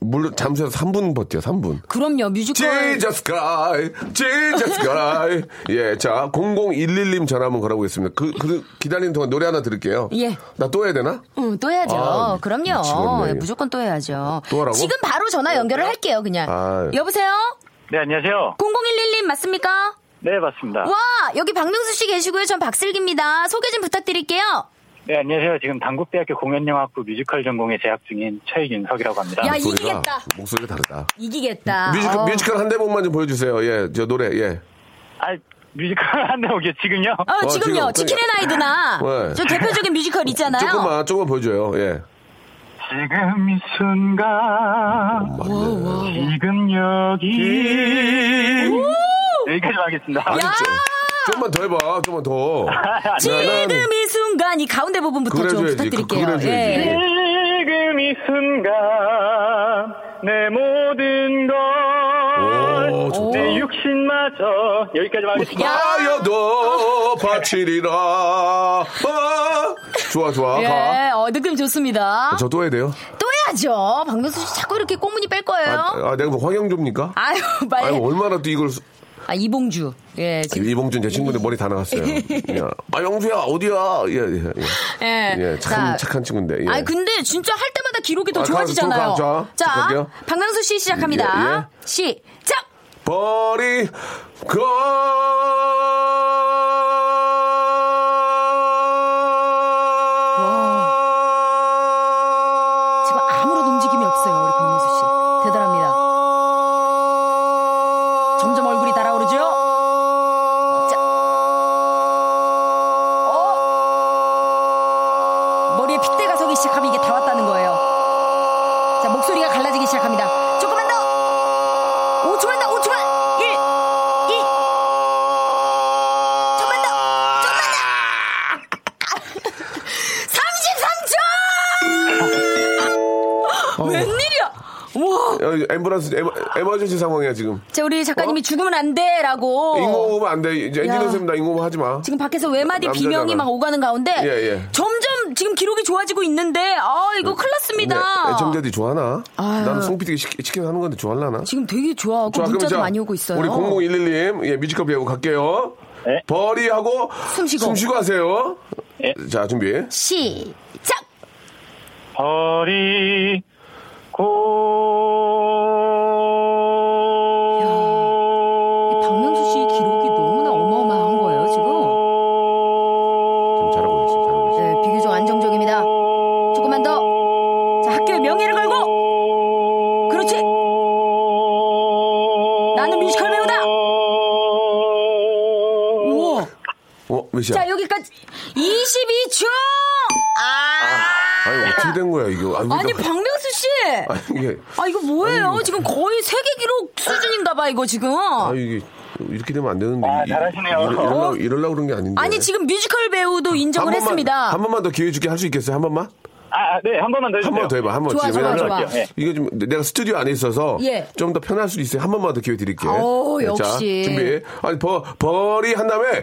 물론 잠수해서 3분 버텨, 3분.
그럼요, 뮤지컬.
Jesus Guy, Jesus Guy. 예, 자, 0011님 전화 한번 걸어보겠습니다. 그, 그, 기다리는 동안 노래 하나 들을게요.
예.
나 또 해야 되나?
응, 또 해야죠.
아, 미-
그럼요.
미치겠네.
예, 무조건 또 해야죠.
또 하라고? 어,
지금 바로 전화 연결을 할게요, 그냥.
아.
여보세요?
네, 안녕하세요.
0011님 맞습니까?
네, 맞습니다.
와, 여기 박명수 씨 계시고요. 전 박슬기입니다. 소개 좀 부탁드릴게요.
네, 안녕하세요. 지금 단국대학교 공연영화학부 뮤지컬 전공에 재학 중인 최윤석이라고 합니다.
야,
목소리가,
아, 이기겠다.
목소리가 다르다.
이기겠다.
뮤지컬,
어.
뮤지컬 한 대목만 좀 보여주세요. 예, 저 노래, 예.
아, 뮤지컬 한대 오게 지금요?
어,
어, 지금요.
지금.
치킨의 나이드나.
네.
저 대표적인 뮤지컬 있잖아요.
조금만, 조금만 보여줘요. 예.
지금 이 순간,
맞네.
지금 여기. 여기까지 하겠습니다.
야!
좀만 더 해봐, 좀만 더.
지금 이 순간 이 가운데 부분부터 좀
그래줘야지.
부탁드릴게요.
그- 그래줘야지.
예.
지금 이 순간, 내 모든 걸,
오, 좋다.
내 육신마저, 여기까지 하겠습니다.
하여도 바치리라. 아. 좋아, 좋아. 가. 아,
예, 어, 느낌 좋습니다.
저 또 해야 돼요?
또 해야죠. 박명수 씨 자꾸 이렇게 꽁무니 뺄 거예요.
아, 내가 뭐 황영조입니까?
아유, 예.
아유,
빨리.
얼마나 또 이걸. 수-
아, 이봉주.
아,
예, 지금.
이봉준 제 친구인데 머리 다 나갔어요. 예. 아, 영수야, 어디야? 예, 예, 예.
예.
예, 참 착한 친구인데. 예.
아니, 근데 진짜 할 때마다 기록이 더
아, 가-
좋아지잖아요.
가- 가- 자,
자,
갈게요.
박명수 씨 시작합니다.
예, 예.
시작!
버리 거.
지금 아무런 움직임이 없어요, 우리 박명수 씨. 대단합니다. 점점 얼굴이 달아오르죠? 자. 어? 머리에 핏대가 서기 시작하면 이게 다 왔다는 거예요. 자, 목소리가 갈라지기 시작합니다. 조금만 더! 5초만 더! 5초만! 1, 2, 좀만 더! 좀만 더! 33초!
어.
웬일이야! 와!
여기 앰뷸런스 에머, 에머전시 상황이야 지금.
자, 우리
어?
작가님이 죽으면 안 돼! 라고.
인공호흡 안 돼. 이제
어. 야.
엔지노쌤다 인공호흡 하지 마.
지금 밖에서 외마디
남자잖아.
비명이 막 오가는 가운데
예, 음. 예.
점점 지금 기록이 좋아지고 있는데 아 이거 큰일 났습니다.
애청자들이 좋아하나?
아유.
나는 송피디가 시키- 시키면 하는 건데 좋아하려나?
지금 되게 좋아하고
좋아, 그럼
문자도
자,
많이 오고 있어요.
우리 0011님, 예, 뮤지컬 배우고 갈게요.
네.
버리하고
숨 쉬고.
하세요.
예.
자, 준비.
시작.
허리
이 박명수 씨 기록이 너무나 어마어마한 거예요 지금.
지금 잘하고 계세요, 잘하고 계세요.
네, 비교 적 안정적입니다.
조금만 더. 자 학교에 명예를 걸고. 그렇지. 나는 뮤지컬 배우다. 우와.
어, 몇이야?
자 여기까지 22초. 아.
아니, 어떻게 된 거야, 이거. 아,
아니 박명수 씨.
아니, 이게.
아 이거 뭐예요?
아니,
지금 거의 세계 기록 수준인가봐 이거 지금.
아, 이게. 이렇게 되면 안 되는데.
아,
이-
잘하시네요.
이러- 이러려고, 이러려고 그런 게 아닌데.
아니 지금 뮤지컬 배우도 인정을
한 번만-
했습니다.
한 번만 더 기회 줄게 할 수 있겠어요? 한 번만?
아네한 네. 번만 더
한
해주세요
번 더 해봐. 한 번.
좋아,
지금.
좋아,
왜냐면
좋아.
이거 좀 내가 스튜디오 안에 있어서
예. 아,
좀 더 편할 수도 있어요. 한 번만 더 기회 드릴게요.
오,
네,
역시.
자, 준비. 아니 버 벌이 한 다음에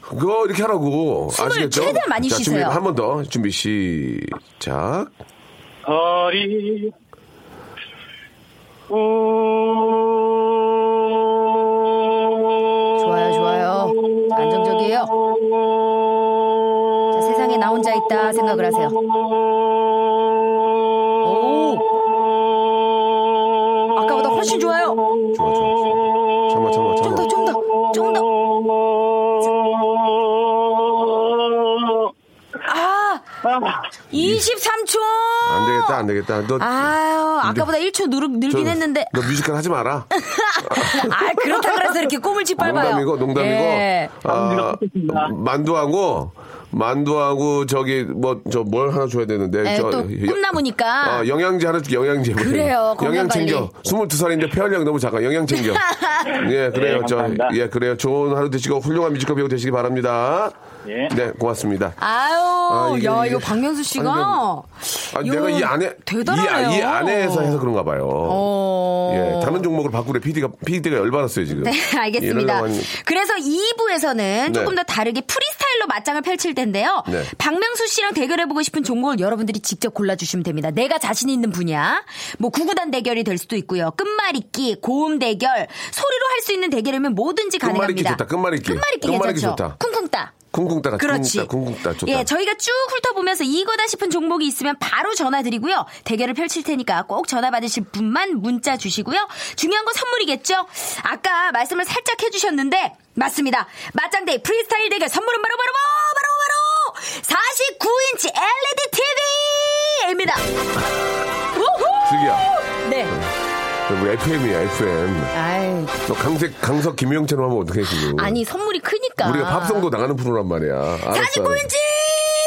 그거 이렇게 하라고
숨을
아시겠죠?
최대한 많이
자, 준비
쉬세요.
한 번 더. 준비 시작.
허리
좋아요, 좋아요. 안정적이에요. 자, 세상에 나 혼자 있다 생각을 하세요. 오.
아까보다 훨씬 좋아요.
좋아, 좋아. 좋아. 잠깐만, 잠깐만,
좀 더,
잠깐만.
좀 더, 좀 더. 아, 23초.
안 되겠다, 안 되겠다. 너
아유, 아까보다 1초 누르,
저-
늘긴 했는데.
너 뮤지컬 하지 마라.
아, 그렇다 그래서 이렇게 꿈을 짓밟아요.
농담이고 농담이고
예.
아, 만두하고 만두하고 저기 뭐 저 뭘 하나 줘야 되는데
예,
저
또 꿈나무니까.
아, 영양제 하나 줄게 영양제
그래요, 건강
영양 챙겨 22살인데 폐활량이 너무 작아 영양 챙겨 예 그래요
예,
저
감사합니다.
예 그래요 좋은 하루 되시고 훌륭한 뮤지컬 배우 되시기 바랍니다
예.
네 고맙습니다
아유,
아, 이게-
야,
이게-
이거 박명수 씨가.
아,
이거
내가 이 안에
대단하네요.
이, 이 안에서 해서 그런가 봐요
어.
예 다른 종목으로 바꾸래 PD가 PD가 열받았어요 지금
네, 알겠습니다.
이러려고 하니-
그래서 2부에서는 조금 더 다르게 프리스타일로 맞짱을 펼칠 텐데요.
네.
박명수 씨랑 대결해보고 싶은 종목을 여러분들이 직접 골라주시면 됩니다. 내가 자신 있는 분야, 뭐 구구단 대결이 될 수도 있고요. 끝말잇기, 고음 대결, 소리로 할 수 있는 대결이면 뭐든지
끝말잇기
가능합니다.
좋다, 끝말잇기.
끝말잇기
끝말잇기
괜찮죠.
좋다.
쿵쿵 따.
쿵쿵 따라
그렇지.
쿵쿵 따 아, 좋다
예, 저희가 쭉 훑어보면서 이거다 싶은 종목이 있으면 바로 전화드리고요. 대결을 펼칠 테니까 꼭 전화 받으실 분만 문자 주시고요. 중요한 건 선물이겠죠? 아까 말씀을 살짝 해주셨는데, 맞습니다. 맞짱데이 프리스타일 대결 선물은 바로 뭐, 바로 바로 바로 바로 49인치 LED TV입니다. 우후!
슬기야
네.
뭐 FM이야, FM.
아이,
너 강색, 강석, 김영채로 하면 어떻게 지금?
아니, 선물이 크니까.
우리가 팝송도 나가는 프로란 말이야. 알았어.
49인치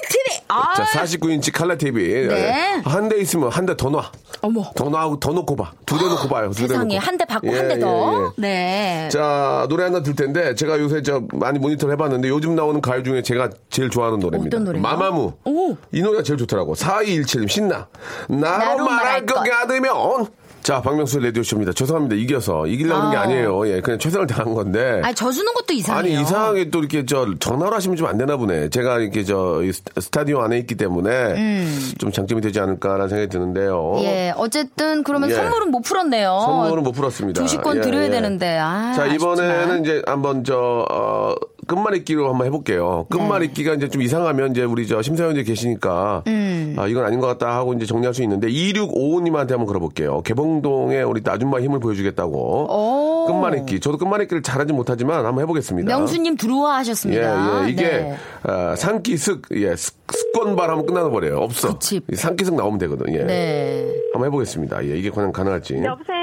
TV! 아,
자, 49인치 칼라 TV.
네.
한 대 있으면 한 대 더 놔.
어머.
더 놔, 더 놓고 봐. 두 대 놓고 봐요. 두 대
세상에.
놓고.
한 대 받고
예,
한 대 더.
예, 예.
네.
자, 노래 하나 들 텐데, 제가 요새 저 많이 모니터를 해봤는데, 요즘 나오는 가요 중에 제가 제일 좋아하는 노래입니다.
어떤 노래요?
마마무.
오.
이 노래가 제일 좋더라고. 4217님, 신나. 나로
나로
말할
말할
것
것.
같으면. 자, 박명수 레디오쇼입니다. 죄송합니다. 이겨서. 이기려고 하는 게
아.
아니에요. 예, 그냥 최선을 다한 건데.
아니 저주는 것도
아니
이상해요.
이상하게 또 이렇게 저 전화로 하시면 좀 안 되나 보네. 제가 이렇게 저이 스- 스타디오 안에 있기 때문에 좀 장점이 되지 않을까라는 생각이 드는데요.
음. 예, 어쨌든 그러면
예.
선물은 못 풀었네요.
선물은 못 풀었습니다.
어, 조식권
예,
드려야
예.
되는데. 아,
자 이번에는
아쉽지만.
이제 한번 저 어,
네.
끝말잇기로 한번 해볼게요. 끝말잇기가 이제 좀 이상하면 이제 우리 저 심사위원이 계시니까
음.
아, 이건 아닌 것 같다 하고 이제 정리할 수 있는데 2655님한테 한번 걸어볼게요. 개봉동에 우리 또 아줌마 힘을 보여주겠다고.
오.
끝말잇기. 저도 끝말잇기를 잘하지 못하지만 한번 해보겠습니다.
명수님 들어와 하셨습니다.
예, 예. 이게
네.
아, 산기슥 예 습- 습건발 하면 끝나는 거래요. 없어.
그치.
이 산기슥 나오면 되거든. 예.
네.
한번 해보겠습니다. 예, 이게 과연 가능할지.
여보세요.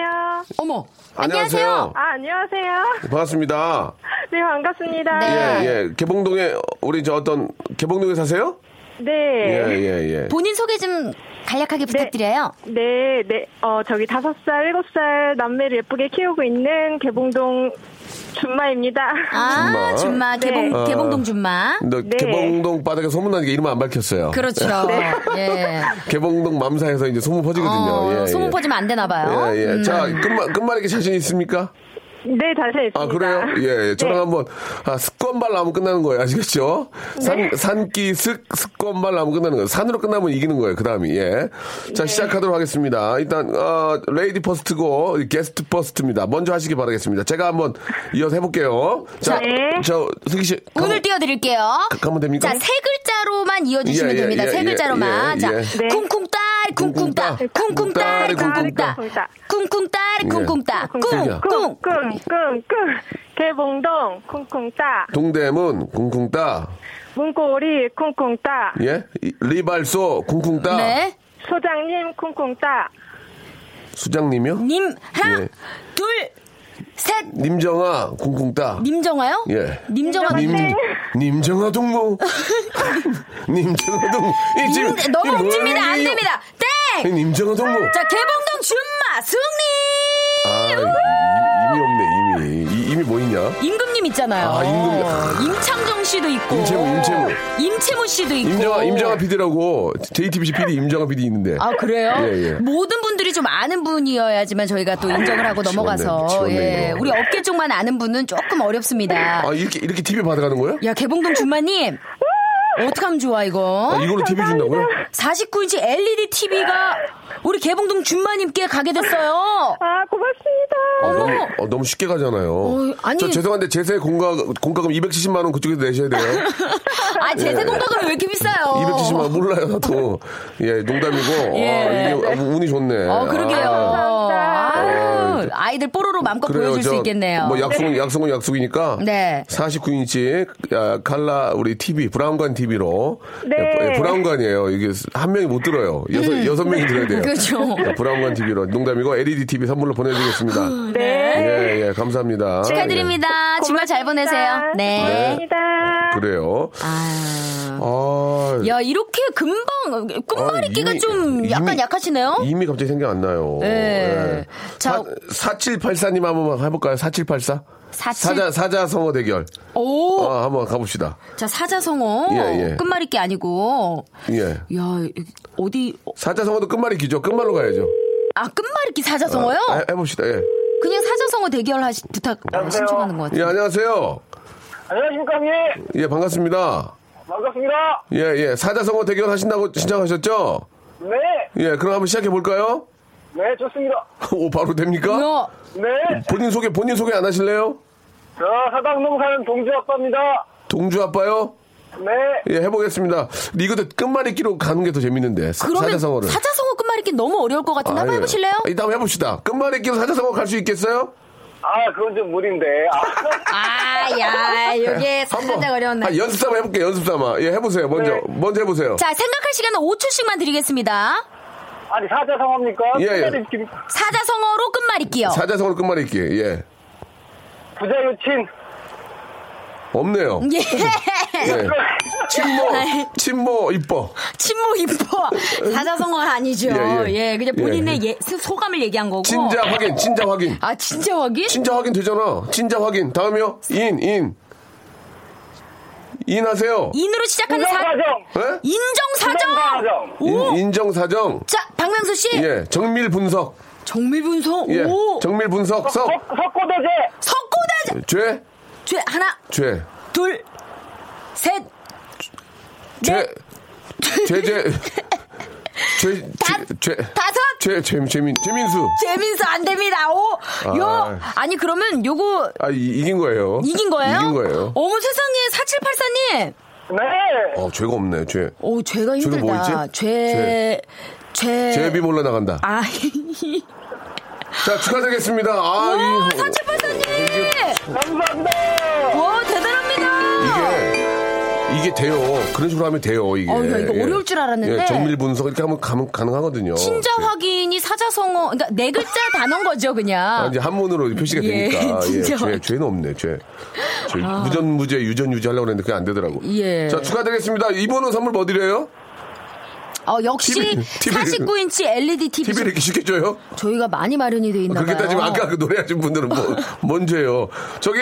어머.
안녕하세요.
아 안녕하세요.
반갑습니다.
네 반갑습니다.
아.
예, 예. 개봉동에 우리 저 어떤 개봉동에 사세요? 예,
네.
예, 예.
본인 소개 좀 간략하게 부탁드려요.
네, 네, 어, 저기 다섯 살, 일곱 살 남매를 예쁘게 키우고 있는 개봉동 줌마입니다.
아,
준마.
준마.
네.
개봉,
어.
개봉동 준마.
근데
네.
개봉동 바닥에 소문나는 게 이름 안 밝혔어요.
그렇죠. 예.
개봉동 맘사에서 이제 소문 퍼지거든요.
어,
예, 예.
소문 퍼지면 안 되나 봐요.
예, 예.
음.
자, 끝말, 끝말잇기 자신 있습니까?
네, 자신 있습니다.
아, 그래요? 예, 예. 저랑
네.
한번, 아, 습권발 나오면 끝나는 거예요. 아시겠죠? 산, 산기, 습, 습권발 나오면 끝나는 거예요. 산으로 끝나면 이기는 거예요. 그 다음이, 예. 자, 시작하도록 하겠습니다. 일단, 어, 레이디 퍼스트고, 게스트 퍼스트입니다. 먼저 하시기 바라겠습니다. 제가 한번 이어서 해볼게요. 자,
네.
저, 승기 씨.
운을
가면-
띄워드릴게요.
가면 됩니까?
자, 세 글자로만 이어주시면
예, 예,
됩니다.
예,
세
예,
글자로만.
예,
자,
예.
네.
쿵쿵따리, 쿵쿵따, 쿵쿵따리,
쿵쿵따리, 예.
쿵쿵따,
쿵쿵따.
쿵쿵따리, 쿵쿵따,
쿵쿵따.
쿵쿵.
끙끙끙끙 개봉동 쿵쿵따
동대문, 쿵쿵따.
문고리 쿵쿵따
예? 이- 리발소, 쿵쿵따.
네.
소장님 쿵쿵따
수장님이요?
님, 하나,
예.
둘, 셋.
님정아, 쿵쿵따.
님정아요?
예.
님정아. 네.
님, 님정아 동무. 님정아 동무. 이 지금
님, 너무
이게 뭐야,
웃깁니다. 안
이게.
됩니다.
이
땡!
님정아 동무.
자, 개봉동 준마 승리!
아, 이- 이미 없네, 이미. 이, 이미 뭐 있냐?
임금님 있잖아요.
아, 임금. 아.
임창정 씨도 있고.
임채무, 임채무.
임채무 씨도 있고.
임정아, 임정아 PD라고 JTBC PD 임정아 PD 있는데.
아 그래요?
예, 아, 예.
모든 분들이 좀 아는 분이어야지만 저희가 또 인정을 하고
미치겠네,
넘어가서
미치겠네,
예.
이거.
우리 업계 쪽만 아는 분은 조금 어렵습니다.
아, 이렇게, 이렇게 TV 받아가는 거예요?
야 개봉동 준마님 어떡하면 좋아 이거?
아, 이걸로 TV 준다고요?
49인치 LED TV가 우리 개봉동 준마님께 가게 됐어요.
아 고맙습니다
아, 너무, 어, 너무 쉽게 가잖아요.
어, 아니.
저 죄송한데 제세 공가, 공가금 270만원 그쪽에서 내셔야 돼요. 예.
아 제세 공과금이 왜 이렇게 비싸요?
270만 몰라요, 나도. 예, 농담이고.
어. 예.
아, 이게 아, 운이 좋네.
어 그러게요.
아, 예.
아유, 아이들 뽀로로 마음껏 보여줄 수
저,
있겠네요.
뭐 약속은 약속은 약속이니까.
네.
49인치 아, 칼라 우리 TV 브라운관 TV로. 예,
네.
브라운관이에요. 이게 한 명이 못 들어요. 여섯 여섯 명이 들어야 돼요.
음. 그렇죠.
예, 브라운관 TV로 농담이고 LED TV 선물로 보내드리겠습니다.
네
예, 예, 감사합니다.
축하드립니다. 아, 주말 잘 보내세요. 네.
감사합니다
예, 그래요.
아.
아,
야, 이렇게 금방 끝말잇기가
아, 이미-
좀 약간
이미-
약하시네요?
이미 갑자기 생각 안 나요.
네. 자,
자, 4784님 한번 해볼까요? 4784?
47
사자, 사자성어 대결.
오!
아, 한번 가봅시다.
자, 사자성어.
예, 예.
끝말잇기 아니고.
예.
야, 어디, 어,
사자성어도 끝말이 기죠. 끝말로 가야죠.
아, 끝말잇기 사자성어요?
아, 해- 해봅시다. 예.
그냥 사자성어 대결 하시, 부탁, 신청하는 것
예,
같아요.
안녕하세요.
안녕하십니까, 형님.
예, 반갑습니다.
반갑습니다.
예, 예. 사자성어 대결 하신다고 신청하셨죠?
네.
예, 그럼 한번 시작해 볼까요?
네, 좋습니다.
오, 바로 됩니까?
뭐야?
네.
본인 소개, 본인 소개 안 하실래요?
저 사당동 사는 동주 아빠입니다.
동주 아빠요?
네.
예, 해보겠습니다. 근데 이것도 끝말잇기로 가는 게 더 재밌는데. 사-
그러면
사자성어를.
사자성어 끝말잇기 너무 어려울 것 같은데 한번
예.
해보실래요?
아, 이따 한번 해봅시다. 끝말잇기로 사자성어 갈 수 있겠어요?
아, 그건 좀 무리인데. 아,
아, 야, 이게
예. 한번.
살짝 어려웠네.
아, 연습 삼아 해볼게요, 연습 삼아. 예, 해보세요. 먼저, 먼저 해보세요.
자, 생각할 시간은 5초씩만 드리겠습니다.
아니, 사자성어입니까?
예, 예.
사자성어로 끝말잇기요.
사자성어로 끝말잇기. 예.
부자유친.
없네요.
예. 네.
예. 친모, 친모, 이뻐.
친모 이뻐. 사자성어는 아니죠.
예,
예,
예.
그냥 본인의 예, 소감을 얘기한 거고.
친자 확인, 친자 확인.
아, 진짜 확인?
친자 확인 되잖아. 친자 확인. 다음이요. 인, 인. 인하세요.
인으로 시작하는 사,
인정과정.
예?
인정사정.
인정사정.
오.
인, 정사정
자, 박명수 씨.
예. 정밀 분석.
정밀분석.
예.
오.
정밀 분석. 석.
석, 석고대제.
석고다죄.
죄.
하나,
죄.
둘, 셋.
죄. 죄죄. 죄.
다-
죄.
다섯.
죄. 죄. 재민. 재민수.
재민수 안 됩니다. 오. 요.
아.
아니, 그러면 요거
아 이, 긴 거예요.
이긴 거예요?
이긴 거예요.
어머 세상에 4784님.
네.
어, 죄가 없네, 죄.
오, 죄가
죄가 뭐
힘들다.
있지?
죄, 죄.
제비 몰라 나간다.
네. 아,
자, 축하드리겠습니다. 아,
와,
이,
선지파사님!
감사합니다.
와, 대단합니다!
이게, 이게 돼요. 그런 식으로 하면 돼요, 이게.
어, 야, 이거
예.
어려울 줄 알았는데.
예, 정밀 분석 이렇게 하면 가능, 가능하거든요.
친자
예.
확인이 사자성어, 그러니까 네 글자 단어인 거죠,
아,
그냥.
이제 한문으로 표시가
예,
되니까. 예,
진짜.
죄, 죄는 없네, 죄. 죄 무전무죄, 유전유죄 하려고 했는데 그게 안 되더라고.
예.
자, 축하드리겠습니다. 이번은 선물 뭐 드려요?
어, 역시
TV.
49인치 LED TV.
TV를 이렇게 쉽게 줘요?
저희가 많이 마련이 돼 있나 봐요.
그렇게 따지면 아까 그 노래하신 분들은 뭐, 뭔 죄예요. 저기,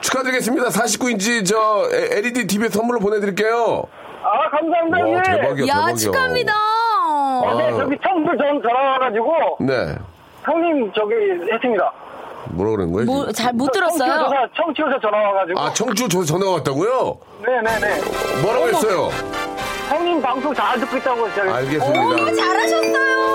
축하드리겠습니다. 49인치 저 LED TV 선물로 보내드릴게요.
아, 감사합니다.
와,
예.
대박이야, 대박이야.
야,
아.
축하합니다.
네,
어.
저기 청불 전 전화 와가지고
네.
형님 저기 했습니다.
뭐라 그러는 거예요?
뭐,
지금?
잘 못
청취자
들었어요.
전화, 청취자 전화 와가지고.
아, 청주 저 전화 왔다고요?
네네네.
뭐라고 했어요?
형님 방송 잘 듣고 있다고 제가.
아. 알겠습니다.
오, 잘하셨어요.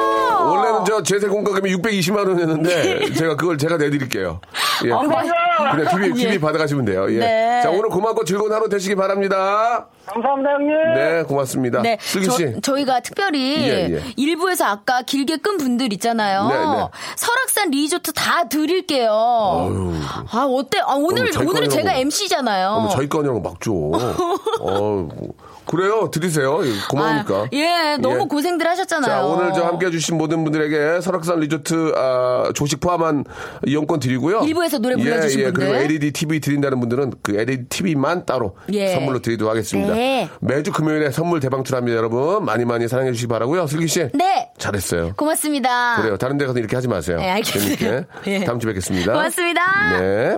어, 네, 원래는 저 제세 공과금이 620만 원이었는데 제가 그걸 제가 내드릴게요. 예.
감사합니다.
그냥 TV, TV
네. 어, 뭐. 예.
받아가시면 돼요. 예.
네.
자 오늘 고맙고 즐거운 하루 되시기 바랍니다.
감사합니다, 형님.
네 고맙습니다.
네,
슬기 씨.
저, 희가 특별히
예, 예.
일부에서 아까 길게 끈 분들 있잖아요.
네, 네.
설악산 리조트 다 드릴게요. 아 어때? 아, 오늘
어머, 저희 거냐고.
오늘은 제가 MC잖아요.
어머, 저희 거냐고 막 줘. 어, 뭐. 그래요 드리세요. 예, 고마우니까.
예, 너무
예.
고생들 하셨잖아요.
자, 오늘 저 함께 해주신 모든 분들에게 설악산 리조트 아, 조식 포함한 이용권 드리고요.
일부에서 노래 불러주신
예, 예, 그리고
분들.
LED TV 드린다는 분들은 그 LED TV만 따로
예.
선물로 드리도록 하겠습니다.
네.
매주 금요일에 선물 대방출합니다, 여러분. 많이 많이 사랑해 주시기 바라고요. 슬기 씨.
네,
잘했어요.
고맙습니다.
그래요. 다른 데 가서 이렇게 하지 마세요.
네, 알겠어요.
재밌게.
예.
다음 주에 뵙겠습니다.
고맙습니다.
네.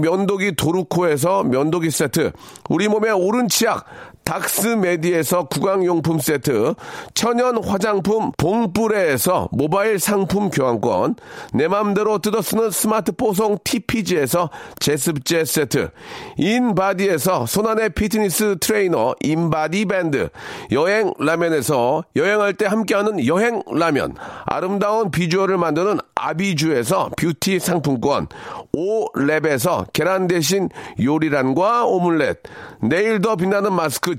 면도기 도루코에서 면도기 세트, 우리 몸의 오른 치약 닥스메디에서 구강용품 세트, 천연 화장품 봉뿌레에서 모바일 상품 교환권, 내 맘대로 뜯어쓰는 스마트 뽀송 TPG에서 제습제 세트, 인바디에서 손안의 피트니스 트레이너 인바디 밴드, 여행 라면에서 여행할 때 함께하는 여행 라면, 아름다운 비주얼을 만드는 아비주에서 뷰티 상품권, 오랩에서 계란 대신 요리란과 오믈렛, 내일 더 빛나는 마스크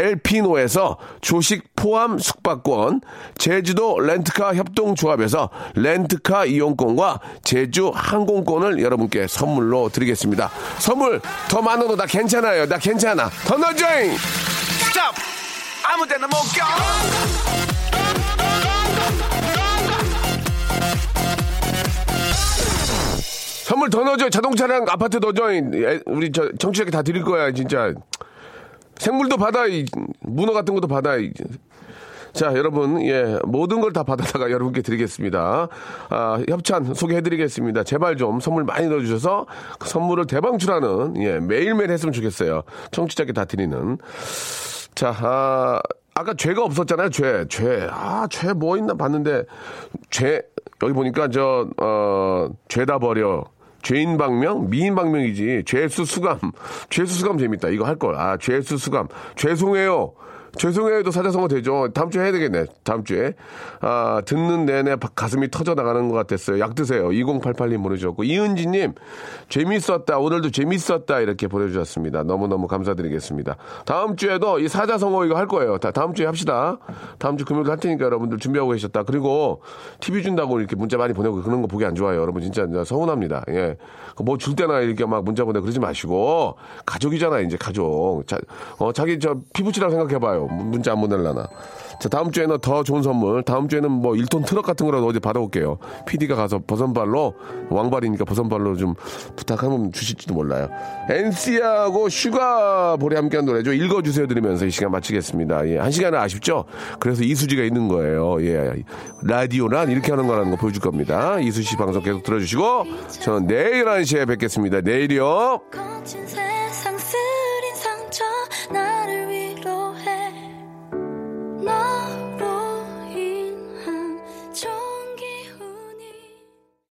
델피노에서 조식 포함 숙박권, 제주도 렌트카 협동조합에서 렌트카 이용권과 제주 항공권을 여러분께 선물로 드리겠습니다. 선물 더 많아도 나 괜찮아요. 나 괜찮아. 더 넣어줘잉!
스탑! 아무 데나 못 가!
선물 더 넣어줘요. 자동차랑 아파트 넣어줘잉. 에, 우리 저 정치자께 다 드릴 거야, 진짜. 생물도 받아, 이, 문어 같은 것도 받아. 이. 자, 여러분, 예, 모든 걸 다 받아다가 여러분께 드리겠습니다. 아, 협찬 소개해드리겠습니다. 제발 좀 선물 많이 넣어주셔서 그 선물을 대방출하는, 예, 매일매일 했으면 좋겠어요. 청취자께 다 드리는. 자, 아, 아까 죄가 없었잖아요. 죄, 죄. 아, 죄 뭐 있나 봤는데, 죄, 여기 보니까 저, 어, 죄다 버려. 죄인 방명? 미인 방명이지. 죄수 수감. 죄수 수감 재밌다. 이거 할 걸. 아, 죄수 수감. 죄송해요. 죄송해요도 사자성어 되죠. 다음 주에 해야 되겠네. 다음 주에. 아, 듣는 내내 바- 가슴이 터져 나가는 것 같았어요. 약 드세요. 2088님 보내주셨고. 이은지님, 재밌었다. 오늘도 재밌었다. 이렇게 보내주셨습니다. 너무너무 감사드리겠습니다. 다음 주에도 이 사자성어 이거 할 거예요. 다, 다음 주에 합시다. 다음 주 금요일도 할 테니까 여러분들 준비하고 계셨다. 그리고 TV 준다고 이렇게 문자 많이 보내고 그런 거 보기 안 좋아요. 여러분 진짜 이제 서운합니다. 예. 뭐 줄 때나 이렇게 막 문자 보내고 그러지 마시고 가족이잖아요. 이제 가족. 자, 어, 자기 저 피부치라고 생각해봐요. 문- 문자 안 보내려나. 자, 다음 주에는 더 좋은 선물. 다음 주에는 뭐 1톤 트럭 같은 거라도 어디 받아올게요. PD가 가서 버선발로, 왕발이니까 버선발로 좀 부탁하면 주실지도 몰라요. NC하고 슈가볼이 함께한 노래죠. 읽어주세요 드리면서 이 시간 마치겠습니다. 예, 한 시간은 아쉽죠? 그래서 이수지가 있는 거예요. 예. 라디오란 이렇게 하는 거라는 거 보여줄 겁니다. 이수 씨 방송 계속 들어주시고, 저는 내일 1시에 뵙겠습니다. 내일이요.
거친 세상 속